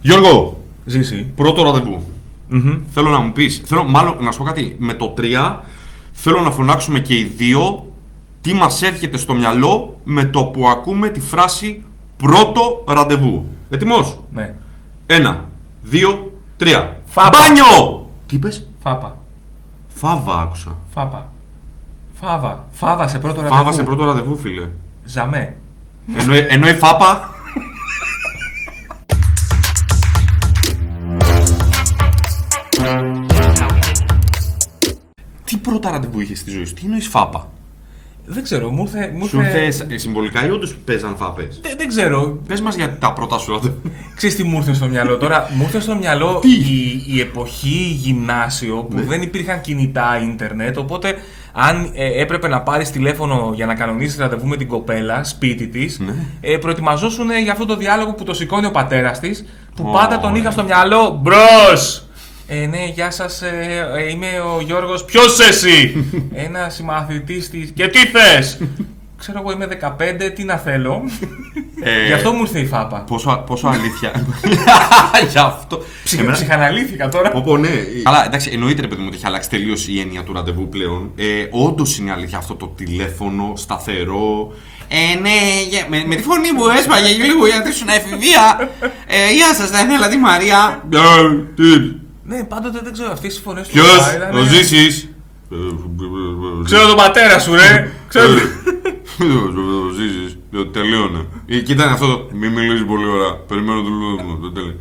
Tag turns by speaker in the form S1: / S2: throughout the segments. S1: Γιώργο,
S2: Ζήσει.
S1: πρώτο ραντεβού. Θέλω να μου πεις, θέλω μάλλον να σου πω κάτι. Με το 3 θέλω να φωνάξουμε και οι δύο τι μας έρχεται στο μυαλό με το που ακούμε τη φράση πρώτο ραντεβού. Ετοιμό.
S2: Ναι.
S1: Ένα, δύο, τρία.
S2: Φάπα.
S1: Μπάνιο! Τι είπες,
S2: Φάπα.
S1: Φάβα άκουσα.
S2: Φάπα. Φάβα. Φάβα σε πρώτο ραντεβού.
S1: Φάβα σε πρώτο ραντεβού, φίλε.
S2: Ζαμέ.
S1: Ενώ, ενώ η φάπα. Τι πρώτα ραντεβού είχες στη ζωή σου, τι εννοείς φάπα.
S2: Δεν ξέρω, μου ήρθε. μου
S1: Σου
S2: ήρθε-
S1: ήρθε σ- ε, συμβολικά ή όντως παίζαν φάπες.
S2: Δεν, δεν ξέρω.
S1: Πες μας για τα πρώτα σου ραντεβού.
S2: Ξέρεις τι μου ήρθε στο μυαλό τώρα. Μου ήρθε στο μυαλό
S1: Τι?
S2: η, η εποχή γυμνάσιο που
S1: Ναι.
S2: δεν υπήρχαν κινητά ίντερνετ. Οπότε, αν ε, έπρεπε να πάρεις τηλέφωνο για να κανονίσεις ραντεβού με την κοπέλα σπίτι της,
S1: Ναι.
S2: ε, προετοιμαζόσουν για αυτό το διάλογο που το σηκώνει ο πατέρας της, που
S1: Ω,
S2: πάντα τον είχα
S1: ναι.
S2: στο μυαλό. Μπρος! Ε, ναι, γεια σας, ε, ε, είμαι ο Γιώργος. Ποιος εσύ! Ένα συμμαθητής της. Και τι θες! Ξέρω εγώ, είμαι 15, τι να θέλω.
S1: Ε,
S2: Γι' αυτό μου ήρθε η φάπα.
S1: Πόσο, α- πόσο αλήθεια. Γι' αυτό.
S2: Ψυχα-
S1: Εμένα-
S2: Ψυχαναλήθηκα τώρα.
S1: Πω, πω, ναι. Αλλά εντάξει, εννοείται ρε παιδί μου ότι έχει αλλάξει τελείως η έννοια του ραντεβού πλέον. Ε, Όντως είναι αλήθεια αυτό το τηλέφωνο σταθερό. Ε, ναι, γε- με, με τη φωνή μου έσπαγε και λίγο γιατί σου να εφηβεία. Ε, γεια σας, θα ήθελα τη Μαρία. Ε, τι,
S2: Ναι, πάντοτε δεν ξέρω αυτές οι φωνέ του.
S1: Ποιο,
S2: Παπά ήτανε-
S1: ο Ζήση.
S2: ναι. Ξέρω τον πατέρα σου, ρε. Ξέρω.
S1: Ο Ζήσης. Τελείωνε. Ε, Κοίτα είναι αυτό το. Μην μιλήσεις πολύ ώρα. Περιμένω το λόγο μου. το τέλειο.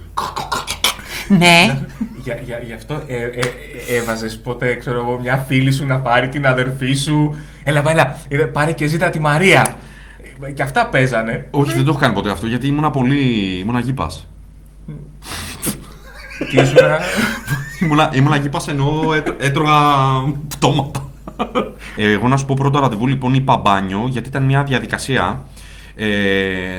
S3: Ναι.
S2: Για- για- Γι' αυτό ε, ε, ε, έβαζες ποτέ, ξέρω εγώ, μια φίλη σου να πάρει την αδερφή σου. Έλα, βα, έλα, ε, πάρε και ζήτα τη Μαρία. Ε, Και αυτά παίζανε.
S1: Όχι, δεν το έχω κάνει ποτέ αυτό γιατί ήμουνα πολύ. ήμουνα γήπας.
S2: Και ήσουν.
S1: Ήμουνα, ήμουνα εκεί πας ενώ έτ- έτρωγα πτώματα. Ε, εγώ να σου πω πρώτο ραντεβού λοιπόν είπα μπάνιο γιατί ήταν μια διαδικασία. Ε,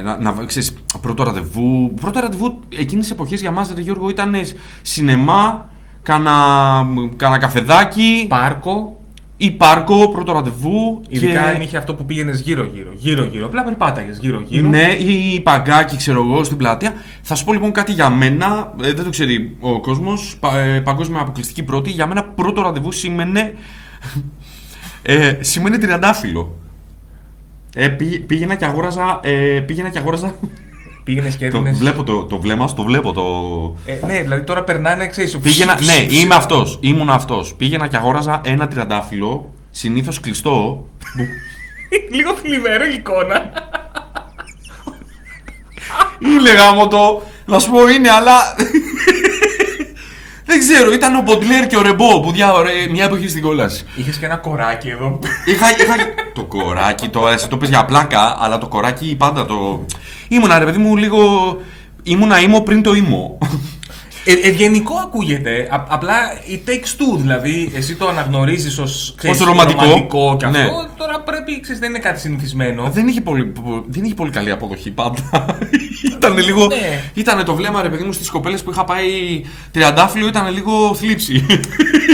S1: να, να ξέρεις, πρώτο ραντεβού. Πρώτο ραντεβού εκείνες τις εποχές για μας, ρε Γιώργο, ήταν ε, σινεμά, κάνα, κάνα καφεδάκι
S2: Πάρκο.
S1: ή πάρκο, πρώτο ραντεβού.
S2: Ειδικά αν είχε αυτό που πήγαινες γύρω-γύρω. Γύρω-γύρω. Απλά περπάταγε γύρω-γύρω.
S1: Ναι, ή παγκάκι, ξέρω εγώ, στην πλατεία. Θα σου πω λοιπόν κάτι για μένα. ε, δεν το ξέρει ο κόσμος. ε, παγκόσμια αποκλειστική πρώτη. Για μένα πρώτο ραντεβού σήμαινε. Ε, σήμαινε τριαντάφυλλο. Ε, πή- πήγαινα και αγόραζα. Ε, πήγαινα και αγόραζα.
S2: Πήγαινες και
S1: το,
S2: έδινες.
S1: βλέπω το, το βλέμμα σου, το βλέπω το.
S2: ναι, δηλαδή τώρα περνάνε, ξέρεις.
S1: Πήγαινα, ναι, είμαι αυτός. Ήμουν αυτός. Πήγαινα και αγόραζα ένα τριαντάφυλλο. Συνήθως κλειστό.
S2: Λίγο θλιβερό εικόνα.
S1: Ήλεγα μου το. Να σου πω είναι, αλλά. Δεν ξέρω, ήταν ο Μποντλέρ και ο Ρεμπό που δια, ρε, μια εποχή στην κόλαση.
S2: Είχες και ένα κοράκι εδώ.
S1: Είχα, είχα... το κοράκι, το, εσύ το πες για πλάκα, αλλά το κοράκι πάντα το. Ήμουνα, ρε παιδί μου, λίγο. Ήμουνα ήμο πριν το ήμο.
S2: Ε, ευγενικό ακούγεται. Α- απλά η takes two. Δηλαδή, εσύ το αναγνωρίζεις ως
S1: ρομαντικό.
S2: και αυτό.
S1: Ναι.
S2: Τώρα πρέπει, ξέρεις, δεν είναι κάτι συνηθισμένο. Ε,
S1: δεν, είχε πολύ, δεν είχε πολύ καλή αποδοχή πάντα. ήταν λίγο.
S2: Ναι.
S1: Ήτανε το βλέμμα, ρε παιδί μου, στις κοπέλες που είχα πάει τριαντάφυλλο, ήταν λίγο θλίψη.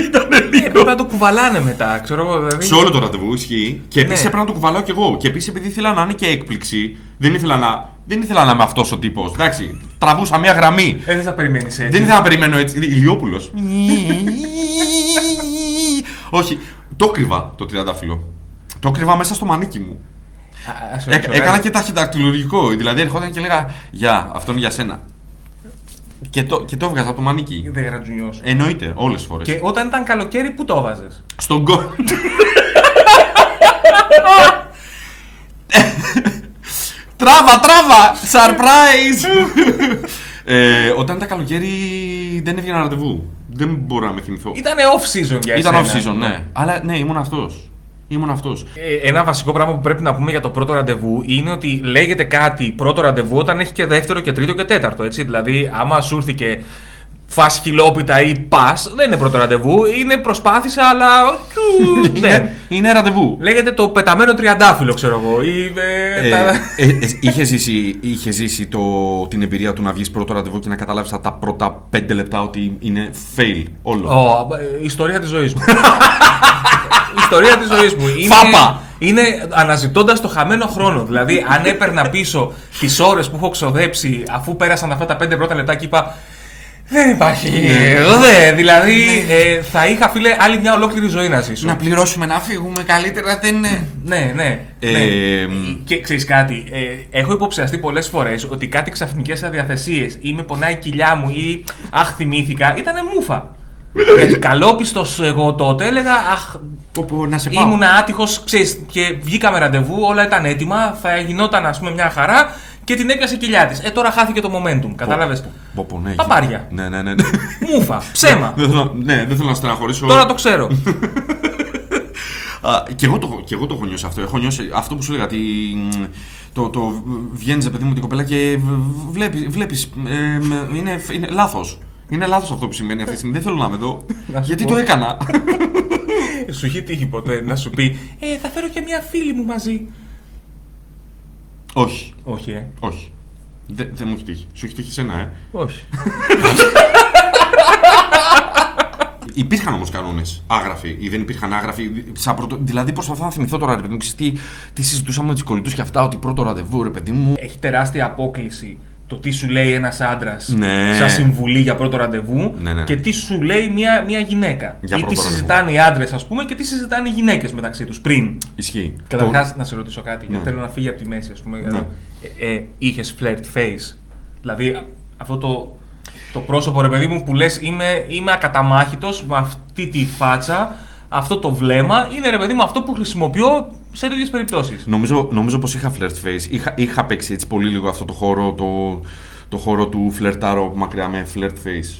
S1: ήτανε
S2: Ε, πρέπει να το κουβαλάνε μετά, ξέρω εγώ. Δηλαδή.
S1: Σε όλο το ραντεβού ισχύει. Και επίση
S2: Ναι.
S1: έπρεπε να το κουβαλάω κι εγώ. Και επίσης επειδή ήθελα να είναι και έκπληξη, δεν ήθελα να, δεν ήθελα να είμαι αυτός ο τύπος. Εντάξει, τραβούσα μία γραμμή.
S2: Ε, δεν θα περιμένεις έτσι.
S1: δεν ήθελα να περιμένω έτσι. Ηλιόπουλος. Όχι, το κρύβα το τριαντάφυλλο. Το κρύβα μέσα στο μανίκι μου.
S2: Α, ας το
S1: Έκ-
S2: ρίξω,
S1: Ε, έκανα
S2: ωραία.
S1: και ταχυδακτηλουργικό. Δηλαδή ερχόταν και έλεγα Γεια, αυτό είναι για σένα. Και το, και το έβγαζα από το μανίκι.
S2: Δεν
S1: Ε,
S2: γρατζουνιώσω.
S1: Εννοείται, όλες τις φορές.
S2: Και όταν ήταν καλοκαίρι, πού το έβαζε.
S1: Στον κο... τράβα, τράβα! Surprise! ε, όταν ήταν καλοκαίρι δεν έβγαινα ραντεβού. Δεν μπορώ να με θυμηθώ.
S2: Ήταν off season για
S1: Ήταν
S2: εσένα.
S1: off season, ναι. Αλλά ναι, ήμουν αυτός. Ήμουν αυτός.
S2: Ε, Ένα βασικό πράγμα που πρέπει να πούμε για το πρώτο ραντεβού είναι ότι λέγεται κάτι πρώτο ραντεβού όταν έχει και δεύτερο και τρίτο και τέταρτο. Έτσι. Δηλαδή, άμα σου ήρθε και φας χιλόπιτα ή πας, δεν είναι πρώτο ραντεβού, είναι προσπάθησα, αλλά. ναι.
S1: Είναι, είναι ραντεβού.
S2: Λέγεται το πεταμένο τριαντάφυλλο, ξέρω εγώ. Ή, ε,
S1: Ε,
S2: τα-
S1: ε, ε, είχε ζήσει, είχε ζήσει το, την εμπειρία του να βγεις πρώτο ραντεβού και να καταλάβεις από τα πρώτα πέντε λεπτά ότι είναι fail όλο.
S2: Ω, ε, ιστορία της ζωής μου. ιστορία της ζωής μου. Είναι,
S1: Φάπα!
S2: είναι αναζητώντας το χαμένο χρόνο. Δηλαδή, αν έπαιρνα πίσω τις ώρες που έχω ξοδέψει αφού πέρασαν αυτά τα πέντε πρώτα λεπτά και είπα. Δεν υπάρχει.
S1: Ναι.
S2: Δε, δηλαδή, ε, θα είχα φίλε άλλη μια ολόκληρη ζωή να ζήσω.
S3: Να πληρώσουμε να φύγουμε καλύτερα δεν είναι.
S2: Ναι, ναι.
S1: Ε,
S2: ναι.
S1: μ.
S2: Και ξέρεις κάτι, ε, έχω υποψιαστεί πολλές φορές ότι κάτι ξαφνικές αδιαθεσίες ή με πονάει η κοιλιά μου ή αχ, θυμήθηκα, ήταν μούφα. Ε, Καλόπιστος εγώ τότε έλεγα Αχ,
S1: Όπου να σε πάω.
S2: ήμουν άτυχος, ξέρεις, και βγήκαμε ραντεβού, όλα ήταν έτοιμα, θα γινόταν ας πούμε μια χαρά και την έπιασε η κοιλιά της. Ε, τώρα χάθηκε το momentum, κατάλαβες.
S1: Πω, πω, ναι,
S2: Παπάρια.
S1: Ναι, ναι, ναι. ναι.
S2: Μούφα, ψέμα.
S1: δεν θέλω, ναι, δεν θέλω να στεναχωρήσω.
S2: Τώρα το ξέρω.
S1: Α, και, εγώ το, και εγώ το έχω νιώσει αυτό. Έχω νιώσει αυτό που σου έλεγα. Τη, το, το βγαίνεις, παιδί μου, την κοπέλα και βλέπεις. Βλέπεις, ε, μ, είναι είναι λάθος. Είναι λάθος αυτό που σημαίνει αυτή τη στιγμή. Δεν θέλω να είμαι εδώ.
S2: Να σου
S1: γιατί
S2: πω.
S1: το έκανα.
S2: Σου έχει τύχει ποτέ να σου πει Ε, θα φέρω και μια φίλη μου μαζί.
S1: όχι.
S2: Όχι, ε.
S1: Όχι. Δε- Δεν μου έχει τύχει. Σου έχει τύχει σένα, ε.
S2: Όχι.
S1: Υπήρχαν όμως κανόνες άγραφοι ή δεν υπήρχαν άγραφοι. Σαν πρώτο... Δηλαδή, προσπαθώ να θυμηθώ τώρα, ρε παιδί μου, ξέρεις τι, τι συζητούσαμε με τους κολλητούς και αυτά, ότι πρώτο ραντεβού, ρε παιδί μου. Ε,
S2: έχει τεράστια απόκληση το τι σου λέει ένας άντρας
S1: Ναι.
S2: σαν συμβουλή για πρώτο ραντεβού
S1: Ναι, ναι.
S2: και τι σου λέει μια, μια γυναίκα.
S1: Για
S2: ή
S1: πρώτο
S2: τι
S1: ραντεβού.
S2: συζητάνε οι άντρες, ας πούμε, και τι συζητάνε οι γυναίκες μεταξύ τους πριν.
S1: Ισχύει.
S2: Καταρχάς, να σε ρωτήσω κάτι, γιατί
S1: Ναι.
S2: θέλω να φύγει από τη μέση, ας πούμε.
S1: Ναι.
S2: Ε, ε, Είχες flirt face. Δηλαδή, α- αυτό το, το πρόσωπο, ρε παιδί μου, που λες είμαι, είμαι ακαταμάχητος με αυτή τη φάτσα, αυτό το βλέμμα, είναι ρε παιδί μου αυτό που χρησιμοποιώ σε τέτοιες περιπτώσεις.
S1: Νομίζω, νομίζω πως είχα flirt face. Είχα, είχα παίξει έτσι πολύ λίγο αυτό το χώρο, το, το χώρο του φλερτάρω από μακριά με flirt face.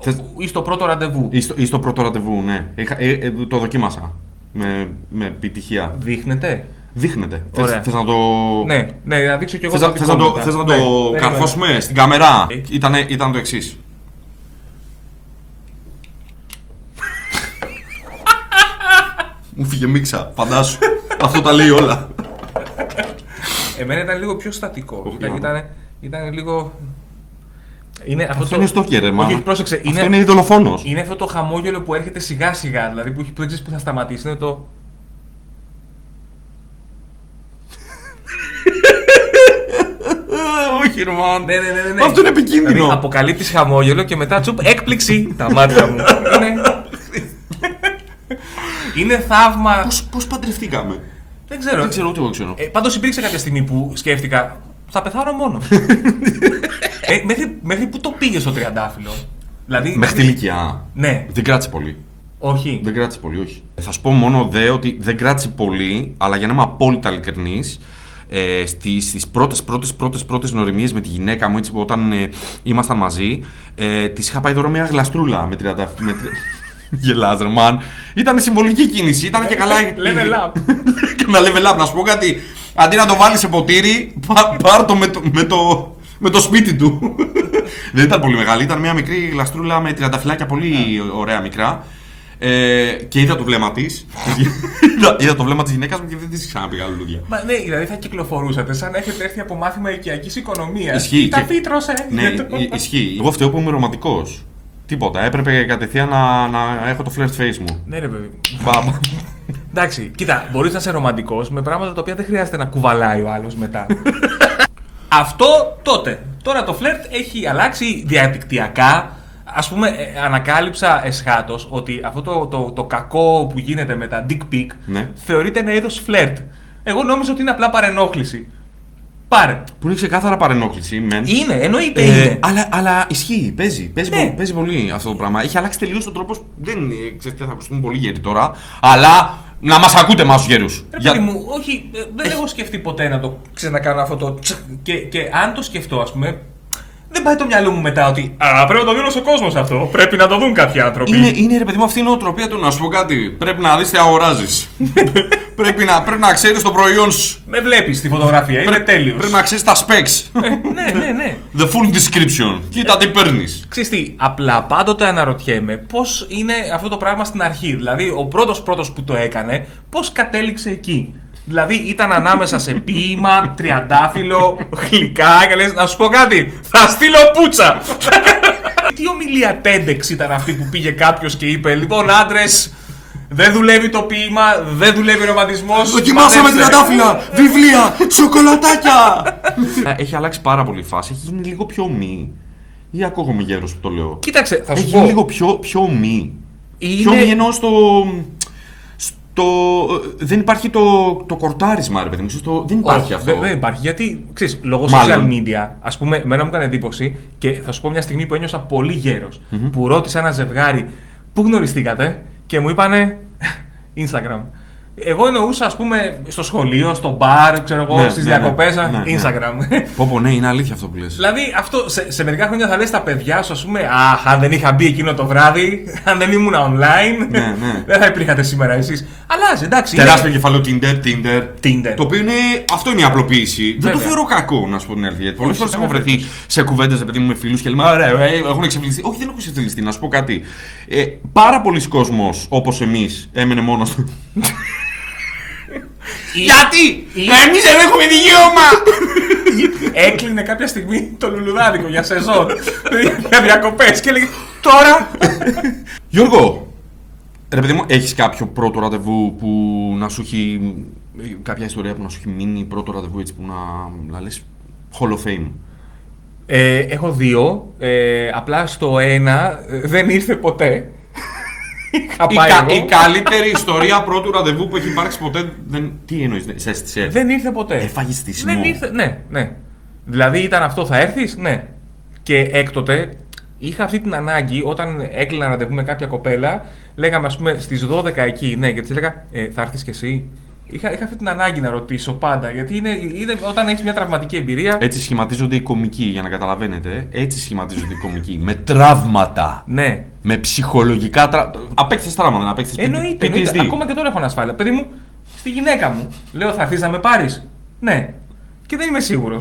S1: Θες-
S2: Ή στο πρώτο ραντεβού.
S1: Ναι. Ή στο, ή στο πρώτο ραντεβού, ναι. Είχα, ε, ε, το δοκίμασα. Με, με επιτυχία.
S2: Δείχνεται.
S1: Δείχνεται. Θες,
S2: Ωραία.
S1: θες να το...
S2: Ναι, ναι, να δείξω κι εγώ.
S1: Θες, να- θες να το, θες να το
S2: Ναι,
S1: καρφώσουμε στην καμερά.
S2: Ε.
S1: Ήτανε, ήταν το εξής. Μου φύγε μίξα, φαντάσου. Αυτό τα λέει όλα.
S2: Εμένα ήταν λίγο πιο στατικό.
S1: Οχ,
S2: Ήταν,
S1: Ιωάννα.
S2: ήταν, ήταν λίγο. Είναι αυτό,
S1: Αυτό
S2: το-
S1: είναι στόκερ, ρε, μάνα.
S2: Όχι, πρόσεξε. Είναι,
S1: Αυτό είναι δολοφόνος.
S2: είναι αυτό το χαμόγελο που έρχεται σιγά σιγά. Δηλαδή που, έχει- που δεν ξέρεις που θα σταματήσει. Είναι το.
S1: Όχι, ρε, μάνα.
S2: Ναι, ναι, ναι, ναι, ναι.
S1: Αυτό είναι επικίνδυνο.
S2: Δηλαδή, αποκαλύπτεις χαμόγελο και μετά τσουπ έκπληξη τα μάτια μου. είναι... είναι θαύμα.
S1: Πώς, πώς παντρευτήκαμε.
S2: δεν ξέρω.
S1: Δεν ξέρω, ούτε εγώ ξέρω.
S2: Ε, Πάντως υπήρξε κάποια στιγμή που σκέφτηκα, θα πεθάνω μόνο. ε, μέχρι, μέχρι που το πήγε στο τριαντάφυλλο. Δηλαδή.
S1: Μέχρι τη ηλικία.
S2: Ναι,
S1: Δεν κράτησε πολύ.
S2: όχι.
S1: Δεν κράτησε πολύ, όχι. Θα σου πω μόνο δε ότι δεν κράτησε πολύ, αλλά για να είμαι απόλυτα ειλικρινής, ε, στις πρώτες, πρώτες, πρώτες, πρώτες νοημίε με τη γυναίκα μου, έτσι, όταν ε, ήμασταν μαζί, ε, της είχα πάει δώρο μια γλαστρούλα με 30. Με... τρι- Γελάς, ρε, man. Ήταν συμβολική κίνηση, ήταν και καλά.
S2: Level up.
S1: και να level up, να σου πω κάτι. Αντί να το βάλεις σε ποτήρι, πά- πάρ το με το, με το, με το σπίτι του. Δεν ήταν πολύ μεγάλη, ήταν μια μικρή γλαστρούλα με τριανταφυλάκια πολύ ωραία μικρά. Ε, και είδα το βλέμμα της. είδα, είδα το βλέμμα της γυναίκας μου και δεν της ξαναπήγα άλλου λουλούδια.
S2: Μα, ναι, δηλαδή θα κυκλοφορούσατε σαν να έχετε έρθει από μάθημα οικιακής οικονομίας.
S1: Ισχύει
S2: Τα
S1: και-
S2: φύτρωσε.
S1: ναι,
S2: Για το-
S1: ι- ισχύει. Εγώ φταίω που είμαι ρομαντικός. Τίποτα. Έπρεπε κατευθείαν να, να έχω το flirt face μου.
S2: Ναι, ρε παιδί. μου.
S1: Μπαμ.
S2: Εντάξει, κοίτα, μπορείς να είσαι ρομαντικός με πράγματα τα οποία δεν χρειάζεται να κουβαλάει ο άλλος μετά. Αυτό τότε. Τώρα το φλερτ έχει αλλάξει διαδικτυακά. Ας πούμε, ε, ανακάλυψα εσχάτως ότι αυτό το, το, το κακό που γίνεται με τα dick pic
S1: Ναι.
S2: θεωρείται ένα είδος φλερτ. Εγώ νόμιζα ότι είναι απλά παρενόχληση. Πάρε.
S1: Που είναι ξεκάθαρα παρενόχληση, μεν.
S2: Είναι, εννοείται
S1: Ε,
S2: είναι.
S1: αλλά, αλλά ισχύει, παίζει. Παίζει,
S2: Ναι.
S1: πολύ, παίζει πολύ αυτό το πράγμα. Έχει αλλάξει τελείως τον τρόπος. Δεν είναι, ξέρετε, θα ακουστούν πολύ γέροι τώρα. Αλλά να μας ακούτε εμάς τους γέρου.
S2: Ρε παιδί μου, όχι, ε, δεν έχω σκεφτεί ποτέ να το ξανακάνω αυτό το τσακ και, και αν το σκεφτώ, ας πούμε, δεν πάει το μυαλό μου μετά ότι Α, πρέπει να το δει όλος ο κόσμος αυτό. Πρέπει να το δουν κάποιοι άνθρωποι.
S1: Είναι, είναι ρε παιδί μου αυτή η νοοτροπία του να σου πω κάτι. Πρέπει να δεις τι αγοράζεις. πρέπει να, πρέπει να ξέρεις το προϊόν σου.
S2: Με βλέπεις τη φωτογραφία, είναι τέλειος.
S1: Πρέπει να ξέρεις τα specs.
S2: Ε, ναι, ναι, ναι.
S1: The full description. Κοίτα τι παίρνεις.
S2: Ξέρεις τι, απλά πάντοτε αναρωτιέμαι πώς είναι αυτό το πράγμα στην αρχή. Δηλαδή, ο πρώτος πρώτος που το έκανε, πώς κατέληξε εκεί. Δηλαδή, ήταν ανάμεσα σε ποίημα, τριαντάφυλλο, γλυκά και λες, να σου πω κάτι, θα στείλω πούτσα. Τι ομιλία TEDx ήταν αυτή που πήγε κάποιος και είπε, λοιπόν άντρες, Δεν δουλεύει το ποίημα, δεν δουλεύει ο ρομαντισμός.
S1: Δοκιμάσαμε τριαντάφυλλα,
S3: βιβλία, σοκολατάκια.
S1: Ε, Έχει αλλάξει πάρα πολύ η φάση. Έχει γίνει λίγο πιο μη. Ή ακούγομαι γέρος που το λέω.
S2: Κοίταξε, θα σου
S1: Έχει γίνει
S2: πω.
S1: λίγο πιο, πιο μη. Πιο μη
S2: Είναι...
S1: ενώ στο. στο ε, δεν υπάρχει το, το κορτάρισμα, ρε παιδί μου. Στο, δεν υπάρχει
S2: Όχι,
S1: αυτό.
S2: Δεν, δεν υπάρχει. Γιατί ξέρεις, λόγω
S1: Μάλλον.
S2: social media, ας πούμε, εμένα μου έκανε εντύπωση και θα σου πω μια στιγμή που ένιωσα πολύ γέρος, Που ρώτησα ένα ζευγάρι πού γνωριστήκατε και μου είπανε Instagram. Εγώ εννοούσα, ας πούμε, στο σχολείο, στο μπαρ, ξέρω εγώ,
S1: Ναι,
S2: στις
S1: ναι, ναι.
S2: διακοπές,
S1: Ναι, ναι.
S2: Instagram.
S1: Πω, πω, ναι, είναι αλήθεια αυτό που λες.
S2: Δηλαδή, αυτό σε, σε μερικά χρόνια θα λες τα παιδιά σου, ας πούμε, Αχ, αν δεν είχα μπει εκείνο το βράδυ, αν δεν ήμουν online,
S1: Ναι, ναι.
S2: δεν θα υπήρχατε σήμερα εσείς. Αλλάζει, εντάξει.
S1: Τεράστιο κεφάλαιο Tinder, Tinder.
S2: Tinder.
S1: Το οποίο είναι. Αυτό είναι η απλοποίηση. Δεν το
S2: Βέβαια.
S1: θεωρώ κακό, να σου πω την αλήθεια. Πολλέ φορέ
S2: δεν
S1: έχω
S2: είναι
S1: βρεθεί σε κουβέντες επειδή μου με φίλους και λέμε Ωραία, ωραία, έχουν εξεφλιστεί. Όχι, δεν έχουν εξεφλιστεί, να σου πω κάτι. Ε, πάρα πολλοί κόσμος όπως εμείς έμενε μόνος του. Γιατί! Εμεί δεν έχουμε δικαίωμα!
S2: Έκλεινε κάποια στιγμή το λουλουδάδικο για σεζόν, Δηλαδή, για διακοπές και έλεγε Τώρα.
S1: Γιώργο, ρε παιδί μου, έχεις κάποιο πρώτο ραντεβού που να σου έχει. κάποια ιστορία που να σου έχει μείνει πρώτο ραντεβού έτσι που να, να λε Hall of Fame.
S2: Ε, έχω δύο. Ε, απλά στο ένα ε, δεν ήρθε ποτέ. Είχα
S1: Η,
S2: πάει
S1: κα-
S2: εγώ.
S1: η καλύτερη ιστορία πρώτου ραντεβού που έχει υπάρξει ποτέ. Δεν... Τι εννοείς, ναι, σε αίσθησε.
S2: Δεν ήρθε ποτέ.
S1: Έφαγε στήσιμο.
S2: Δεν ήρθε, ναι, ναι. Δηλαδή ήταν αυτό, θα έρθεις, ναι. Και έκτοτε είχα αυτή την ανάγκη όταν έκλεινα ραντεβού με κάποια κοπέλα, λέγαμε ας πούμε στις 12 εκεί, ναι, και της έλεγα ε, Θα έρθεις κι εσύ. Είχα, είχα αυτή την ανάγκη να ρωτήσω πάντα, γιατί είναι, είναι όταν έχεις μια τραυματική εμπειρία.
S1: Έτσι σχηματίζονται οι κομικοί, για να καταλαβαίνετε. Έτσι σχηματίζονται οι κομικοί. με τραύματα.
S2: Ναι.
S1: Με ψυχολογικά τραύματα. Απέκτησες τραύμα, δεν απέκτησε.
S2: Εννοείται, εννοείται. Ακόμα και τώρα έχω ανασφάλεια. Παιδί μου, στη γυναίκα μου. Λέω, θα έρθει να με πάρεις. Ναι. Και δεν είμαι σίγουρος.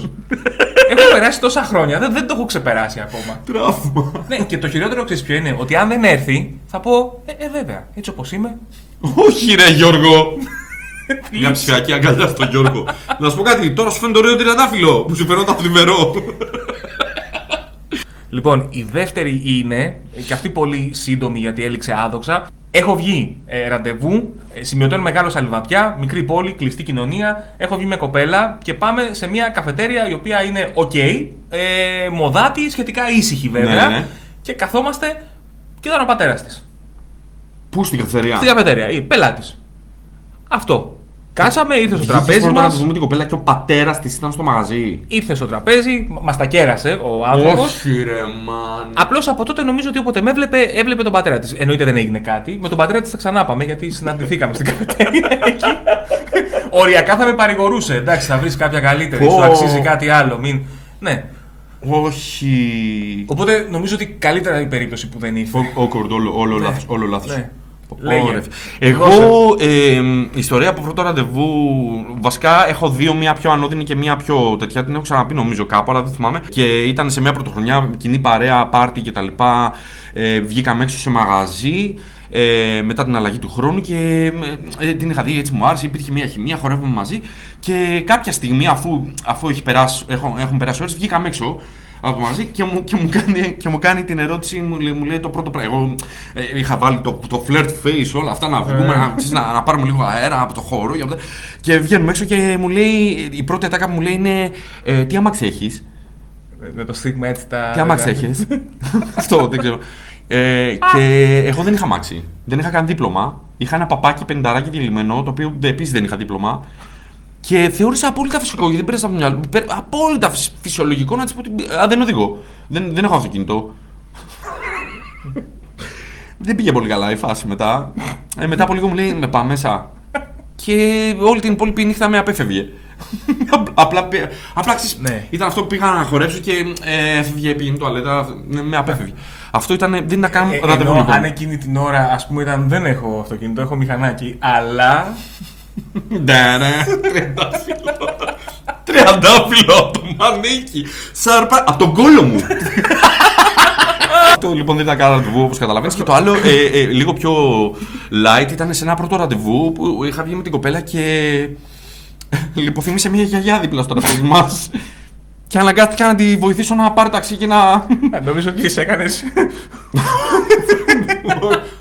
S2: έχω περάσει τόσα χρόνια, δεν, δεν το έχω ξεπεράσει ακόμα.
S1: Τραύμα.
S2: Ναι, και το χειρότερο ξέρεις ποιο είναι. Ότι αν δεν έρθει, θα πω. Ε, ε, βέβαια, έτσι όπως είμαι.
S1: Όχι, ρε Γιώργο. Μια ψηφιακή αγκαλιά στον Γιώργο. να σου πω κάτι, τώρα σου φαίνεται ωραίο τριαντάφυλλο που σου φαινόταν θλιβερό.
S2: Λοιπόν, η δεύτερη είναι, ε, και αυτή πολύ σύντομη γιατί έληξε άδοξα. Έχω βγει ε, ραντεβού, ε, σημειωτών μεγάλο σαλιβαπιά, μικρή πόλη, κλειστή κοινωνία. Έχω βγει με κοπέλα και πάμε σε μια καφετέρια η οποία είναι οκ, ε, μοδάτη, σχετικά ήσυχη βέβαια.
S1: Ναι, ναι.
S2: Και καθόμαστε και ήταν ο πατέρας της.
S1: Πού στην καθαριά.
S2: Στην καφετέρια, ή πελάτης. Αυτό. Κάσαμε, ήρθε στο τραπέζι
S1: Μπορούμε να
S2: μας.
S1: δούμε την κοπέλα και ο πατέρας της ήταν στο μαγαζί.
S2: ήρθε στο τραπέζι, μας τα κέρασε ο άνθρωπος.
S1: ρε, μαν.
S2: Απλώς από τότε νομίζω ότι όποτε με έβλεπε, έβλεπε τον πατέρα της. Εννοείται δεν έγινε κάτι. Με τον πατέρα της θα ξανάπαμε γιατί συναντηθήκαμε στην καφετέρια εκεί. Οριακά θα με παρηγορούσε. Εντάξει, θα βρεις κάποια καλύτερη. Σου
S1: Πω.
S2: αξίζει κάτι άλλο. Μην... Ναι.
S1: Όχι.
S2: Οπότε νομίζω ότι καλύτερα η περίπτωση που δεν ήρθε.
S1: Awkward, όλο, όλο λάθος, όλο λάθος.
S2: Ναι.
S1: Πω,
S2: Λέγε.
S1: ωραία. Εγώ, ε, η ιστορία από πρώτο ραντεβού, βασικά έχω δύο, μία πιο ανώδυνη και μία πιο τέτοια. Την έχω ξαναπεί νομίζω κάπου, αλλά δεν θυμάμαι. Και ήταν σε μία πρωτοχρονιά, κοινή παρέα, πάρτι κτλ. Ε, βγήκαμε έξω σε μαγαζί. Ε, μετά την αλλαγή του χρόνου και ε, ε, την είχα δει, έτσι μου άρεσε, υπήρχε μια χημεία, χορεύουμε μαζί και κάποια στιγμή αφού, αφού έχει περάσει, έχω, έχουν περάσει ώρες βγήκαμε έξω από μαζί και μου, και μου, κάνει, και μου κάνει την ερώτηση, μου, λέει- μου λέει το πρώτο πράγμα. Εγώ ε, είχα βάλει το, το flirt face, όλα αυτά να βγούμε, να, ξέρεις, να, να πάρουμε λίγο αέρα από το χώρο. Και, αυτά. και βγαίνουμε έξω και μου λέει, η πρώτη ατάκα που μου λέει είναι ε, Τι αμάξι έχει,
S2: Με το στίγμα έτσι τα.
S1: Τι αμάξι έχεις. Αυτό δεν ξέρω. Ε, και εγώ δεν είχα αμάξι. Δεν είχα καν δίπλωμα. Είχα ένα παπάκι πενταράκι διελειμμένο, το οποίο επίσης δεν είχα δίπλωμα. Και θεώρησα απόλυτα φυσικό, γιατί δεν πέρασε από το μυαλό μου. Πε- Απόλυτα φυσ- φυσιολογικό να της πω ότι. Α, δεν οδηγώ. Δεν, δεν έχω αυτοκίνητο. δεν πήγε πολύ καλά η φάση μετά. Ε, μετά από λίγο μου λέει με πάμε μέσα. Και όλη την υπόλοιπη νύχτα με απέφευγε. Απ- απλά, πε- απλά ξέρεις,
S2: Ναι.
S1: ήταν αυτό που πήγα να χορέψω και ε, έφευγε, πήγαινε τουαλέτα, ναι, με απέφευγε. Αυτό ήταν, δεν ήταν καν
S2: Ε,
S1: ραντεβού.
S2: ενώ
S1: λοιπόν.
S2: αν εκείνη την ώρα, ας πούμε, ήταν δεν έχω αυτοκίνητο, έχω μηχανάκι, αλλά.
S1: Ναι, ναι. Τριαντάφυλλο. Τριαντάφυλλο από το μανίκι. Σαρπα. Από τον κόλλο μου. Αυτό λοιπόν δεν ήταν κανένα ραντεβού όπως καταλαβαίνεις. Και το άλλο, ε, ε, λίγο πιο light, ήταν σε ένα πρώτο ραντεβού που είχα βγει με την κοπέλα και. Λυποθυμήσε μια γιαγιά δίπλα στο τραπέζι μας. Και αναγκάστηκα να τη βοηθήσω να πάρει ταξί και να.
S2: Νομίζω ότι τις έκανες.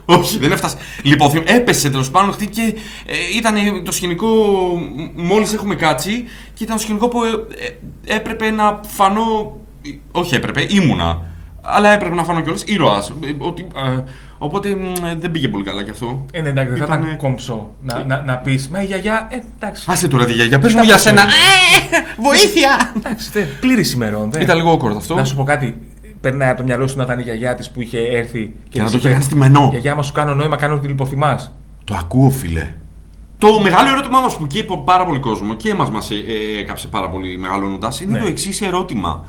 S1: Όχι, δεν έφτασε. Λοιπόν, θυμ- έπεσε τέλος πάντων, χτύπηκε. Ε, ήταν το σκηνικό. Μόλις έχουμε κάτσει και ήταν το σκηνικό που ε, ε, έπρεπε να φανώ. ε, Όχι, έπρεπε, ήμουνα. Αλλά έπρεπε να φανώ κιόλας ήρωας. ε, Οπότε μ, ε, δεν πήγε πολύ καλά κι αυτό.
S2: Ε, ναι, εντάξει, δεν θα
S1: Ήτανε-
S2: ήταν κόμψο να, να, να πεις Μα η γιαγιά, ε, εντάξει.
S1: Άσε τώρα τη γιαγιά, πες μου για σένα. Ε, βοήθεια!
S2: εντάξει τε, πλήρης ημερών. Δε.
S1: Ναι. Ήταν λίγο awkward αυτό.
S2: Να σου πω κάτι. Περνάει από το μυαλό σου να ήταν η γιαγιά της που είχε έρθει και, της
S1: να το
S2: είχε-
S1: κάνει στη Μενό.
S2: Γιαγιά, μας σου κάνω νόημα, κάνω ότι λιποθυμά.
S1: Το ακούω, φίλε. Το μεγάλο ερώτημά μα που και πάρα πολύ κόσμο και εμάς μας ε, έκαψε πάρα πολύ μεγαλώνοντα είναι
S2: Ναι.
S1: το εξής ερώτημα.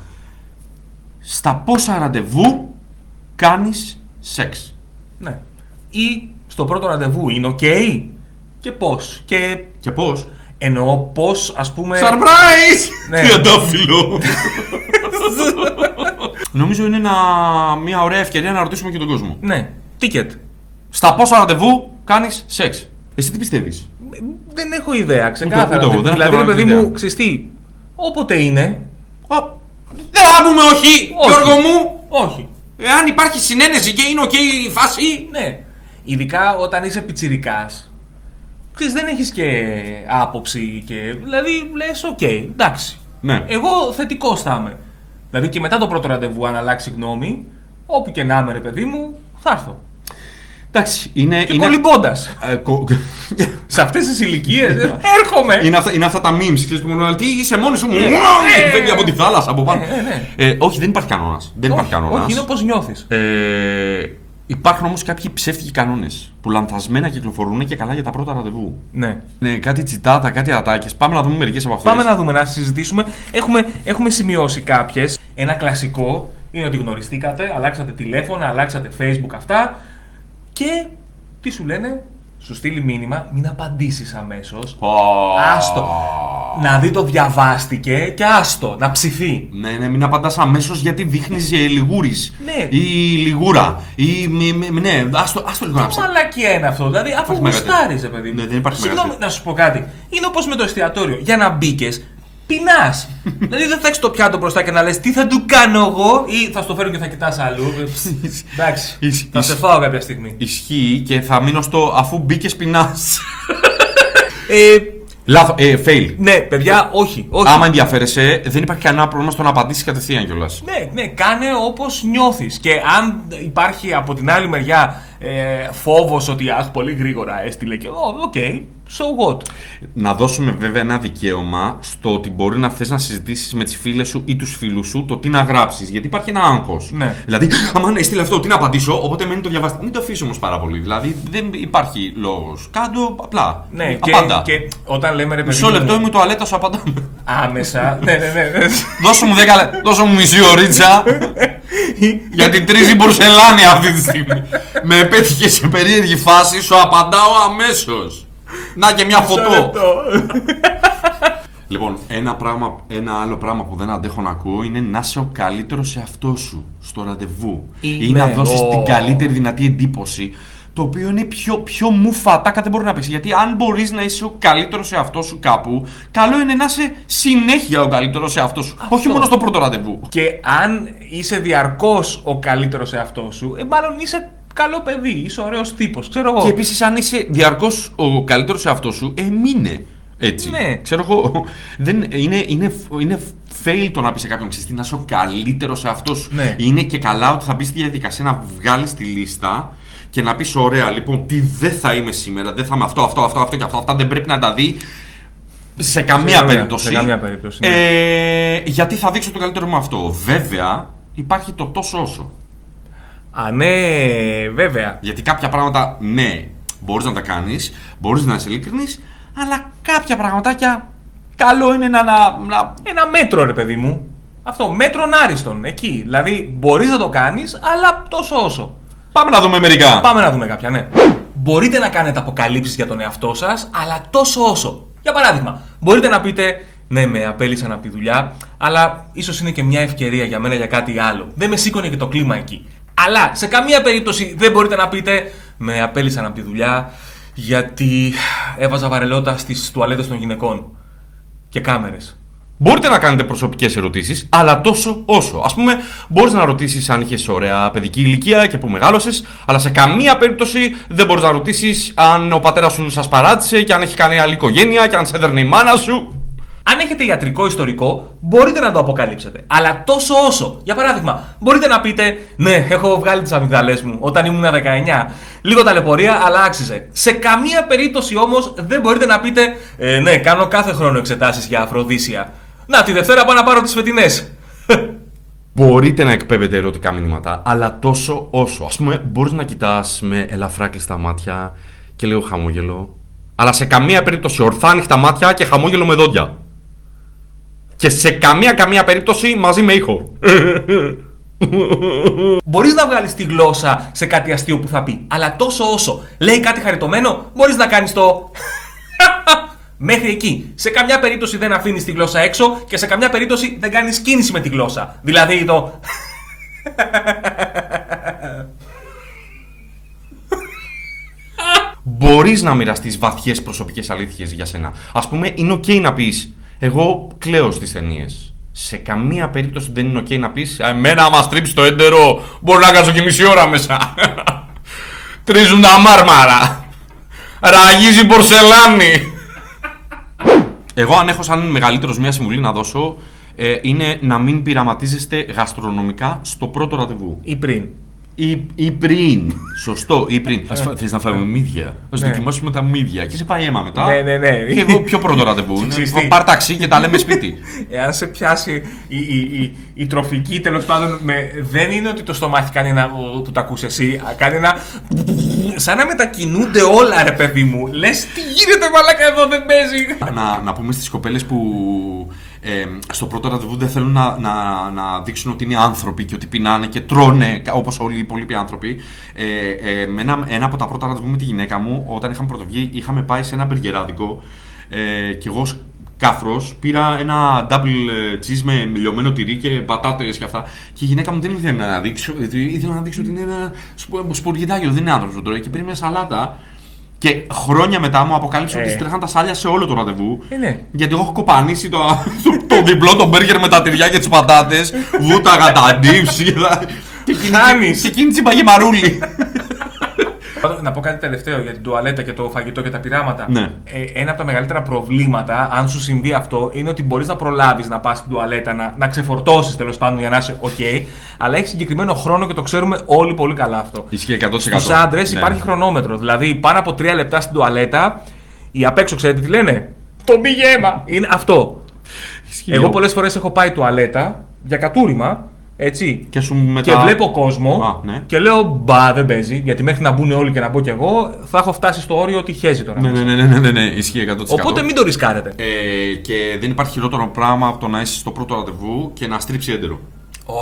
S1: Στα πόσα ραντεβού κάνεις σεξ.
S2: Ναι. Ή στο πρώτο ραντεβού είναι οκ. Και πώς. Και
S1: Και πώς.
S2: εννοώ πώς, ας πούμε.
S1: Surprise!
S2: Ναι.
S1: Τριαντάφυλλο! Νομίζω είναι ένα- μια ωραία ευκαιρία να ρωτήσουμε και τον κόσμο.
S2: Ναι, ticket.
S1: Στα πόσα ραντεβού κάνεις σεξ. Εσύ τι πιστεύεις.
S2: Δεν έχω ιδέα,
S1: ούτε
S2: ξεκάθαρα.
S1: εγώ, δεν
S2: δηλαδή,
S1: έχω
S2: ρε παιδί
S1: ιδέα.
S2: μου, ξυστή. Όποτε είναι.
S1: Δεν θα πούμε όχι,
S2: Όχι.
S1: Γιώργο μου!
S2: Όχι.
S1: Εάν υπάρχει συνένεση και είναι οκ η φάση.
S2: Ναι. Ειδικά όταν είσαι πιτσιρικάς, Ξέρεις, δεν έχεις και άποψη και... Δηλαδή, λες, οκ, εντάξει.
S1: Ναι.
S2: Εγώ θετικός θα είμαι. Δηλαδή και μετά το πρώτο ραντεβού, αν αλλάξει γνώμη, όπου και να είμαι, ρε παιδί μου, θα έρθω.
S1: Εντάξει, είναι.
S2: Και
S1: είναι...
S2: κολυμπώντας.
S1: Ε, κο-
S2: Σε αυτές τις ηλικίες, έρχομαι!
S1: είναι, αυτά, είναι αυτά τα memes, ξέρεις που μου λένε Τι είσαι μόνος σου, μου
S2: ε,
S1: φεύγει από τη θάλασσα από πάνω.
S2: ε, ναι.
S1: Ε, όχι, δεν υπάρχει κανόνας. Δεν υπάρχει
S2: όχι, όχι, είναι
S1: κανόνας.
S2: όπως νιώθεις.
S1: Ε, υπάρχουν όμως κάποιοι ψεύτικοι κανόνες που λανθασμένα κυκλοφορούν και καλά για τα πρώτα ραντεβού.
S2: Ναι.
S1: Ναι, κάτι τσιτάτα, κάτι ατάκες. Πάμε να δούμε μερικές από αυτές.
S2: Πάμε να δούμε, να συζητήσουμε. Έχουμε, έχουμε σημειώσει κάποιες. Ένα κλασικό είναι ότι γνωριστήκατε, αλλάξατε τηλέφωνα, αλλάξατε facebook αυτά. Και τι σου λένε, σου στείλει μήνυμα, μην απαντήσεις αμέσως.
S1: Πω.
S2: Άστο. Να δει το διαβάστηκε και άστο, να ψηθεί.
S1: Ναι, ναι, μην απαντάς αμέσως γιατί δείχνεις λιγούρις.
S2: Ναι.
S1: Ή λιγούρα. Ή. μη- μη- μη- ναι, άστο, άστο λίγο να
S2: Τι
S1: ψάξει.
S2: μαλακία είναι αυτό, δηλαδή αφού
S1: Υπάρχει μεγάλη.
S2: γουστάρει, ρε παιδί μου.
S1: Ναι, δεν υπάρχει
S2: Συγγνώμη,
S1: μεγάλη.
S2: να σου πω κάτι. Είναι όπως με το εστιατόριο. Για να μπήκες, πεινάς. δηλαδή δεν θα έχεις το πιάτο μπροστά και να λες τι θα του κάνω εγώ ή θα στο φέρω και θα κοιτάς αλλού. Εντάξει.
S1: Ίσ-
S2: θα
S1: ίσ-
S2: σε φάω κάποια στιγμή.
S1: Ισχύει και θα μείνω στο αφού μπήκες πεινάς.
S2: Ε,
S1: Λάθο. Ε, fail.
S2: ναι, παιδιά, όχι. όχι.
S1: Άμα ενδιαφέρεσαι, δεν υπάρχει κανένα πρόβλημα στο να απαντήσεις κατευθείαν κιόλας.
S2: Ναι, ναι, κάνε όπως νιώθεις. Και αν υπάρχει από την άλλη μεριά ε, φόβος ότι αχ, πολύ γρήγορα έστειλε και εγώ, οκ, so what.
S1: Να δώσουμε βέβαια ένα δικαίωμα στο ότι μπορεί να θες να συζητήσεις με τις φίλες σου ή τους φίλους σου το τι να γράψεις. Γιατί υπάρχει ένα άγχος.
S2: Ναι.
S1: Δηλαδή, άμα ναι, στείλε αυτό, τι να απαντήσω. Οπότε μένει το διαβάστη. Μην το αφήσει όμως πάρα πολύ. Δηλαδή, δεν υπάρχει λόγος. Κάντο απλά.
S2: Ναι, και,
S1: Απάντα.
S2: και όταν λέμε ρε παιδί
S1: Μισό λεπτό
S2: μου,
S1: είμαι τουαλέτα, σου απαντάω.
S2: Άμεσα. ναι, ναι, ναι. ναι.
S1: δώσε μου δέκα λεπτά, δώσε μου μισή ωρίτσα. γιατί τρίζει η πορσελάνη αυτή τη στιγμή. Με επέτυχε σε περίεργη φάση, σου απαντάω αμέσως. Να και μια
S2: Μισό
S1: φωτό.
S2: λεπτό.
S1: Λοιπόν, ένα, πράγμα, ένα άλλο πράγμα που δεν αντέχω να ακούω είναι να είσαι ο καλύτερος σε αυτό σου στο ραντεβού. Ή,
S2: Είμαι
S1: να δώσεις
S2: εγώ.
S1: την καλύτερη δυνατή εντύπωση. Το οποίο είναι πιο, πιο μουφα ατάκα δεν μπορεί να παίξει. Γιατί αν μπορείς να είσαι ο καλύτερος σε αυτό σου κάπου, καλό είναι να είσαι συνέχεια ο καλύτερος σε αυτό σου. Όχι μόνο στο πρώτο ραντεβού.
S2: Και αν είσαι διαρκώς ο καλύτερος σε αυτό σου, ε, μάλλον είσαι καλό παιδί, είσαι ωραίος τύπος. Ξέρω εγώ.
S1: Και επίσης, αν είσαι διαρκώς ο καλύτερος σε αυτό σου, εμείνε. Έτσι.
S2: Ναι.
S1: Ξέρω εγώ. Δεν, είναι, είναι, είναι fail το να πεις σε κάποιον ξυστή να είσαι ο καλύτερος σε αυτό σου.
S2: Ναι.
S1: Είναι και καλά ότι θα μπεις στη διαδικασία να βγάλεις τη λίστα και να πεις: Ωραία, λοιπόν, τι δεν θα είμαι σήμερα. Δεν θα είμαι αυτό, αυτό, αυτό, αυτό και αυτό. Αυτά δεν πρέπει να τα δει. Σε καμία
S2: καμία-
S1: περίπτωση.
S2: σε καμία περίπτωση, ναι.
S1: Ε, γιατί θα δείξω το καλύτερο μου αυτό. Βέβαια, υπάρχει το τόσο όσο.
S2: Α, ναι, βέβαια.
S1: Γιατί κάποια πράγματα, ναι, μπορείς να τα κάνεις, μπορείς να είσαι ειλικρινής, αλλά κάποια πραγματάκια καλό είναι να. να, να...
S2: Ένα μέτρο, ρε παιδί μου. Αυτό, μέτρον άριστον. Εκεί. Δηλαδή, μπορείς να το κάνεις, αλλά τόσο όσο.
S1: Πάμε να δούμε μερικά.
S2: Πάμε να δούμε κάποια, ναι. Μπορείτε να κάνετε αποκαλύψεις για τον εαυτό σας, αλλά τόσο όσο. Για παράδειγμα, μπορείτε να πείτε Ναι, με απέλησαν από τη δουλειά, αλλά ίσως είναι και μια ευκαιρία για μένα για κάτι άλλο. Δεν με σήκωνε και το κλίμα εκεί. Αλλά σε καμία περίπτωση δεν μπορείτε να πείτε Με απέλησαν από τη δουλειά γιατί έβαζα βαρελότα στις τουαλέτες των γυναικών και κάμερες.
S1: Μπορείτε να κάνετε προσωπικές ερωτήσεις, αλλά τόσο όσο. Ας πούμε, μπορείς να ρωτήσεις αν είχες ωραία παιδική ηλικία και που μεγάλωσες, αλλά σε καμία περίπτωση δεν μπορείς να ρωτήσεις αν ο πατέρας σου σας παράτησε και αν έχει κάνει άλλη οικογένεια και αν σε έδερνε η μάνα σου.
S4: Αν έχετε ιατρικό ιστορικό, μπορείτε να το αποκαλύψετε. Αλλά τόσο όσο. Για παράδειγμα, μπορείτε να πείτε: Ναι, έχω βγάλει τις αμυγδαλές μου όταν ήμουν 19. Λίγο ταλαιπωρία, αλλά άξιζε. Σε καμία περίπτωση όμως δεν μπορείτε να πείτε: «Ε, Ναι, κάνω κάθε χρόνο εξετάσεις για αφροδίσια. Να, τη Δευτέρα πάω να πάρω τις φετινές.
S1: Μπορείτε να εκπέμπετε ερωτικά μηνύματα, αλλά τόσο όσο. Ας πούμε, μπορείς να κοιτάς με ελαφρά κλειστά μάτια και λίγο χαμόγελο. Αλλά σε καμία περίπτωση ορθά ανοιχτά μάτια και χαμόγελο με δόντια. Και σε καμία καμία περίπτωση μαζί με ήχο.
S4: Μπορείς να βγάλεις τη γλώσσα σε κάτι αστείο που θα πει. Αλλά τόσο όσο λέει κάτι χαριτωμένο, μπορείς να κάνεις το. Μέχρι εκεί. Σε καμιά περίπτωση δεν αφήνεις τη γλώσσα έξω και σε καμιά περίπτωση δεν κάνεις κίνηση με τη γλώσσα. Δηλαδή το.
S1: Μπορείς να μοιραστείς βαθιές προσωπικές αλήθειες για σένα. Ας πούμε, είναι OK να πεις Εγώ κλαίω στις ταινίες. Σε καμία περίπτωση δεν είναι OK να πεις Εμένα, άμα στρίψει το έντερο, μπορώ να κάτσω και μισή ώρα μέσα. Τρίζουν τα μάρμαρα. Ραγίζει η πορσελάνη. Εγώ, αν έχω σαν μεγαλύτερο μια συμβουλή να δώσω, ε, είναι να μην πειραματίζεστε γαστρονομικά στο πρώτο ραντεβού.
S4: ή πριν.
S1: Ή, ή πριν. Σωστό, ή πριν. Ας φά- θες να φάμε μύδια. Ας
S2: Ε. Ναι.
S1: δοκιμάσουμε τα μύδια. Και σε πάει αίμα μετά.
S2: Ναι, ναι, ναι.
S1: Και εγώ πιο πρώτο ραντεβού. Ναι.
S2: Ξέρεις τι.
S1: Πάρ' ταξί και τα λέμε σπίτι.
S2: Εάν σε πιάσει η, η, η, η τροφική, τέλος πάντων, με, δεν είναι ότι το στομάχι κάνει ένα «Ου», που τα ακούς εσύ, α, κάνει ένα. σαν να μετακινούνται όλα, ρε παιδί μου. Λες τι γίνεται, μαλάκα εδώ δεν παίζει.
S1: να, να πούμε στις κοπέλες που ε, στο πρώτο ραντεβού δεν θέλουν να, να, να δείξουν ότι είναι άνθρωποι και ότι πεινάνε και τρώνε όπως όλοι οι υπόλοιποι άνθρωποι. Ε, ε, με ένα, ένα από τα πρώτα ραντεβού με τη γυναίκα μου, όταν είχαμε πρωτοβγεί, είχαμε πάει σε ένα μπεργεράδικο ε, και εγώ ως κάφρος πήρα ένα double ε, cheese με λιωμένο τυρί και πατάτες και αυτά. Και η γυναίκα μου δεν ήθελε να δείξει, ήθελε να δείξει ότι είναι ένα σπο- σπουργητάκιο, δεν είναι άνθρωπος τώρα. Και πήρε μια σαλάτα. Και χρόνια μετά μου αποκάλυψε ότι
S2: Ε.
S1: τρέχαν τα σάλια σε όλο το ραντεβού.
S2: Ε, ναι.
S1: Γιατί εγώ έχω κοπανίσει το, το, το διπλό, το μπέργκερ με τα τυριά και τις πατάτες. Βούταγα τα dips και τα. Και εκείνη-
S2: Χάνεις.
S1: Και εκείνη τσιμπαγε μαρούλι.
S2: Πάντως, Να πω κάτι τελευταίο για την τουαλέτα και το φαγητό και τα πειράματα.
S1: Ναι.
S2: Ε, ένα από τα μεγαλύτερα προβλήματα, αν σου συμβεί αυτό, είναι ότι μπορείς να προλάβεις να πας στην τουαλέτα, να, να ξεφορτώσεις τέλος πάντων για να είσαι OK, αλλά έχεις συγκεκριμένο χρόνο και το ξέρουμε όλοι πολύ καλά αυτό.
S1: Ισχύει 100%.
S2: Στου άντρες
S1: Ναι.
S2: υπάρχει χρονόμετρος. Δηλαδή πάνω από 3 λεπτά στην τουαλέτα, οι απ' έξω ξέρετε τι λένε. Το πήγε αίμα. Είναι αυτό.
S1: Ισχύει.
S2: Εγώ πολλές φορές έχω πάει τουαλέτα για κατούριμα. Έτσι.
S1: Και σου μετά.
S2: Και βλέπω κόσμο
S1: Α, ναι.
S2: και λέω μπα δεν παίζει. Γιατί μέχρι να μπουν όλοι και να μπω κι εγώ, θα έχω φτάσει στο όριο ότι χέζει τώρα.
S1: Ναι, ναι, ναι, ναι, ναι, ναι, ναι, ισχύει 100%.
S4: Οπότε μην το ρισκάρετε.
S1: Ε, και δεν υπάρχει χειρότερο πράγμα από το να είσαι στο πρώτο ραντεβού και να στρίψει έντερο.
S4: Ω,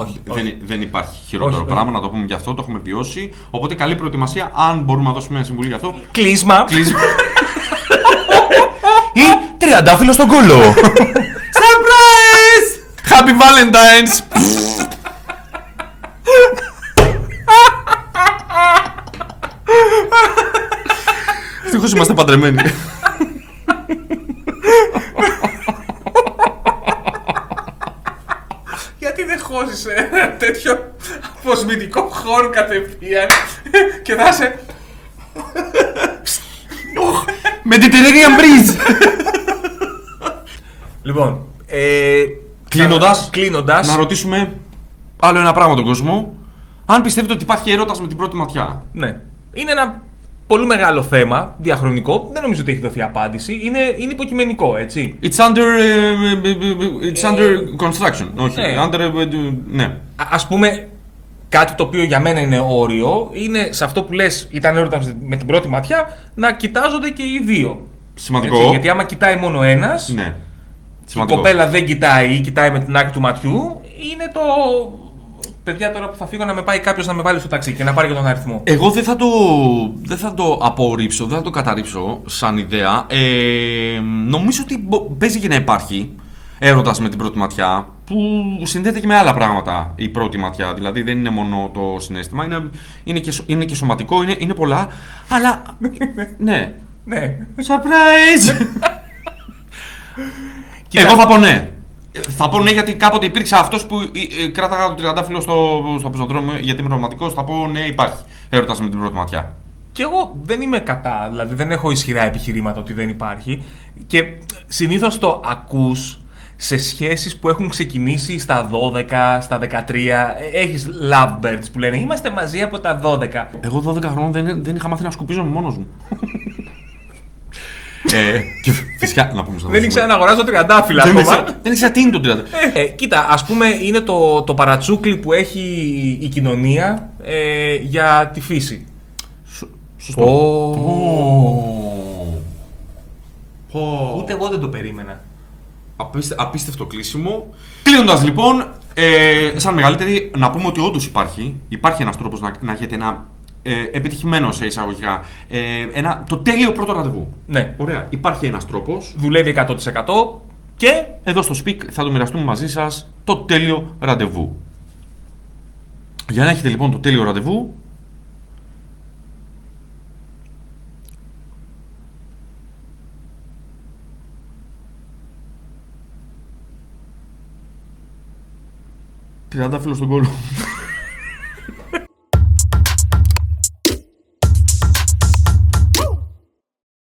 S4: όχι. όχι.
S1: Δεν, δεν υπάρχει χειρότερο
S4: Όχι,
S1: πράγμα, να το πούμε γι' αυτό, το έχουμε βιώσει. Οπότε καλή προετοιμασία, αν μπορούμε να δώσουμε μια συμβουλή γι' αυτό.
S4: Κλείσμα.
S1: Κλείσμα.
S2: Ε,
S4: Ή τριαντάφυλλο στον κόλλο. Surprise!
S1: Happy Valentine's! Ευτυχώς είμαστε παντρεμένοι.
S2: Γιατί δεν χώζεις ένα τέτοιο αποσμητικό χώρο κατευθείαν και θα είσαι.
S1: Mediterranean Breeze!
S2: Λοιπόν, ε,
S1: Κλείνοντας.
S2: κλείνοντας,
S1: Να ρωτήσουμε άλλο ένα πράγμα τον κόσμο. Αν πιστεύετε ότι υπάρχει έρωτας με την πρώτη ματιά.
S2: ναι, είναι ένα πολύ μεγάλο θέμα, διαχρονικό. Δεν νομίζω ότι έχει δοθεί απάντηση. Είναι, είναι υποκειμενικό, έτσι.
S1: It's under, ε, ε, ε, it's under construction. Όχι,
S2: ναι.
S1: under, ε, ε, ναι.
S2: Α ας πούμε, κάτι το οποίο για μένα είναι όριο είναι σε αυτό που λες ήταν έρωτα με την πρώτη ματιά να κοιτάζονται και οι δύο.
S1: Σημαντικό.
S2: Έτσι, γιατί άμα κοιτάει μόνο ένας,
S1: Ναι.
S2: η
S1: Σημαντικό.
S2: κοπέλα δεν κοιτάει ή κοιτάει με την άκρη του ματιού, είναι το. Παιδιά, τώρα που θα φύγω να με πάει κάποιος να με βάλει στο ταξί και να πάρει και τον αριθμό.
S1: Εγώ δεν θα το, δεν θα το απορρίψω, δεν θα το καταρρίψω σαν ιδέα. Ε, νομίζω ότι μπο- παίζει και να υπάρχει έρωτας με την πρώτη ματιά που συνδέεται και με άλλα πράγματα η πρώτη ματιά. Δηλαδή δεν είναι μόνο το συνέστημα, είναι, είναι, και, σω- είναι και σωματικό, είναι, είναι πολλά. Αλλά ναι,
S2: Ναι.
S1: surprise! Εγώ θα πω ναι. Ε, Θα πω ναι γιατί κάποτε υπήρξε αυτός που ε, ε, κράταγα το τριαντάφυλλο στο, στο πεζοδρόμιο γιατί είμαι ρομαντικός. Θα πω ναι, υπάρχει. Έρωτας με την πρώτη ματιά.
S2: Και εγώ δεν είμαι κατά, δηλαδή δεν έχω ισχυρά επιχειρήματα ότι δεν υπάρχει. Και συνήθως το ακούς σε σχέσεις που έχουν ξεκινήσει στα 12, στα 13. Έχεις lovebirds που λένε είμαστε μαζί από τα 12.
S1: Εγώ 12 χρόνια δεν, δεν είχα μάθει να σκουπίζω μόνος μου. ε, και φυσικά να πούμε στο
S2: Δεν ήξερα να αγοράζω τριαντάφυλλα
S1: Δεν
S2: ακόμα.
S1: ήξερα- δεν ήξερα τι είναι το τριαντάφυλλο.
S2: Ε, κοίτα, ας πούμε είναι το, το παρατσούκλι που έχει η κοινωνία ε, για τη φύση.
S1: Σωστό.
S2: Πω.
S1: Πω.
S2: Ούτε εγώ δεν το περίμενα.
S1: Απίστε- απίστευτο κλείσιμο. Κλείνοντας λοιπόν, ε, σαν μεγαλύτερη, να πούμε ότι όντως υπάρχει. Υπάρχει ένας τρόπος να, να έχετε ένα ε, επιτυχημένο σε εισαγωγικά. Ε, ένα, το τέλειο πρώτο ραντεβού.
S2: Ναι.
S1: Ωραία. Υπάρχει ένας τρόπος.
S2: Δουλεύει 100% και
S1: Εδώ στο Speak θα το μοιραστούμε μαζί σας το τέλειο ραντεβού. Για να έχετε λοιπόν το τέλειο ραντεβού. Τριαντάφυλλο στον κόλλο.